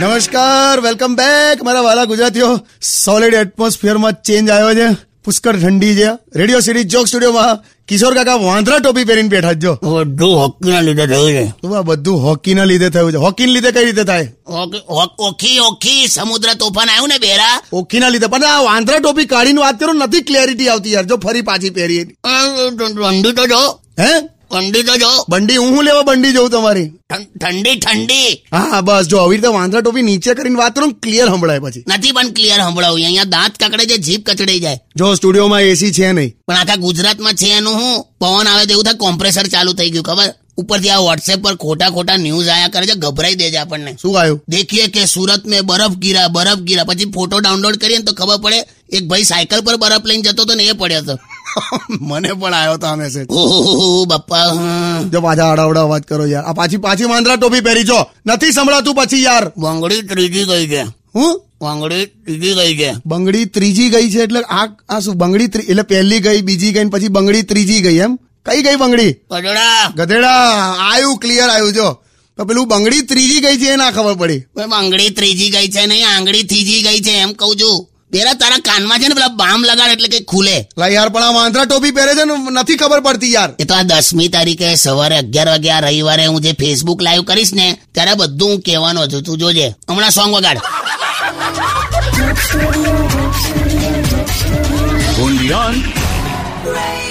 નમસ્કાર welcome back મારા વાલા ગુજરાતીઓ સોલિડ એટમોસ્ફિયરમાં ચેન્જ આવ્યો છે પુષ્કર ઠંડી છે રેડિયો સિટી જોક સ્ટુડિયોમાં કિશોર કાકા વાંદરા ટોપી પહેરીને બેઠા છે જો બધું હોકીના લીધે થયું છે તો આ બધું હોકીના લીધે થયું છે હોકીના લીધે કઈ રીતે થાય હોકી- હોક- ઓખી ઓખી સમુદ્ર તોફાન આવ્યું ને બેરા હોકીના લીધે પણ આ વાંદરા ટોપી કાઢીને વાત કરું નથી ક્લેરિટી આવતી યાર જો ફરી પાછી પહેરીએ અ, ઠંડી તો જો હે ઠંડી તો જો બંડી હું લેવા બંડી જોઉં તમારી ઠં- ઠંડી ઠંડી હા બસ જો આવી રીતે વાંદરા ટોપી નીચે કરીને વાત કરું ક્લિયર સંભળાય પછી નથી પણ ક્લિયર સંભળાવું અહીંયા દાંત કકડે છે જીભ કચડાઈ જાય જો સ્ટુડિયોમાં એસી છે નહીં પણ આખા ગુજરાતમાં છે એનું હું પવન આવે તેવું થાય કોમ્પ્રેસર ચાલુ થઈ ગયું ખબર ઉપરથી આ વોટ્સએપ પર ખોટા ખોટા ન્યૂઝ આયા કરે છે ગભરાઈ દે છે આપણને શું આવ્યું देखिए कि सूरत में बर्फ गिरा बर्फ गिरा પછી ફોટો ડાઉનલોડ કરીએ ને તો ખબર પડે એક ભાઈ સાયકલ પર બરફ લઈને જતો હતો ને એ પડ્યો હતો મને પણ આવ્યો હતો આ મેસેજ ઓહો બાપા હમ. જો પાછા આડાવડા વાત કરો યાર આ પાછી પાછી વાંદરા ટોપી પહેરી જો નથી સંભળાતું પછી યાર વાંગડી ત્રીજી ગઈ છે હું વાંગડી ત્રીજી ગઈ છે બંગડી ત્રીજી ગઈ છે એટલે આ આ શું બંગડી ત્રી- એટલે પહેલી ગઈ બીજી ગઈ ને પછી બંગડી ત્રીજી ગઈ એમ કઈ ગઈ બંગડી કચડા ગધેડા આવ્યું ક્લિયર આવ્યું જો તો પેલું બંગડી ત્રીજી ગઈ છે એ ના ખબર પડી ઓય, વાંગડી ત્રીજી ગઈ છે નહીં આંગળી ત્રીજી ગઈ છે એમ કહું છું પેલા તારા કાનમાં છે ને પેલા બામ લગાડ એટલે કે ખુલે લા યાર પણ આ વાંદરા ટોપી પહેરે છે ને નથી ખબર પડતી યાર એ તો આ દસમી તારીખે સવારે અગિયાર વાગે આ રવિવારે હું જે ફેસબુક લાઈવ કરીશ ને ત્યારે આ બધું હું કહેવાનો છું તું જોજે હમણાં સોંગ વગાડ Only on Radio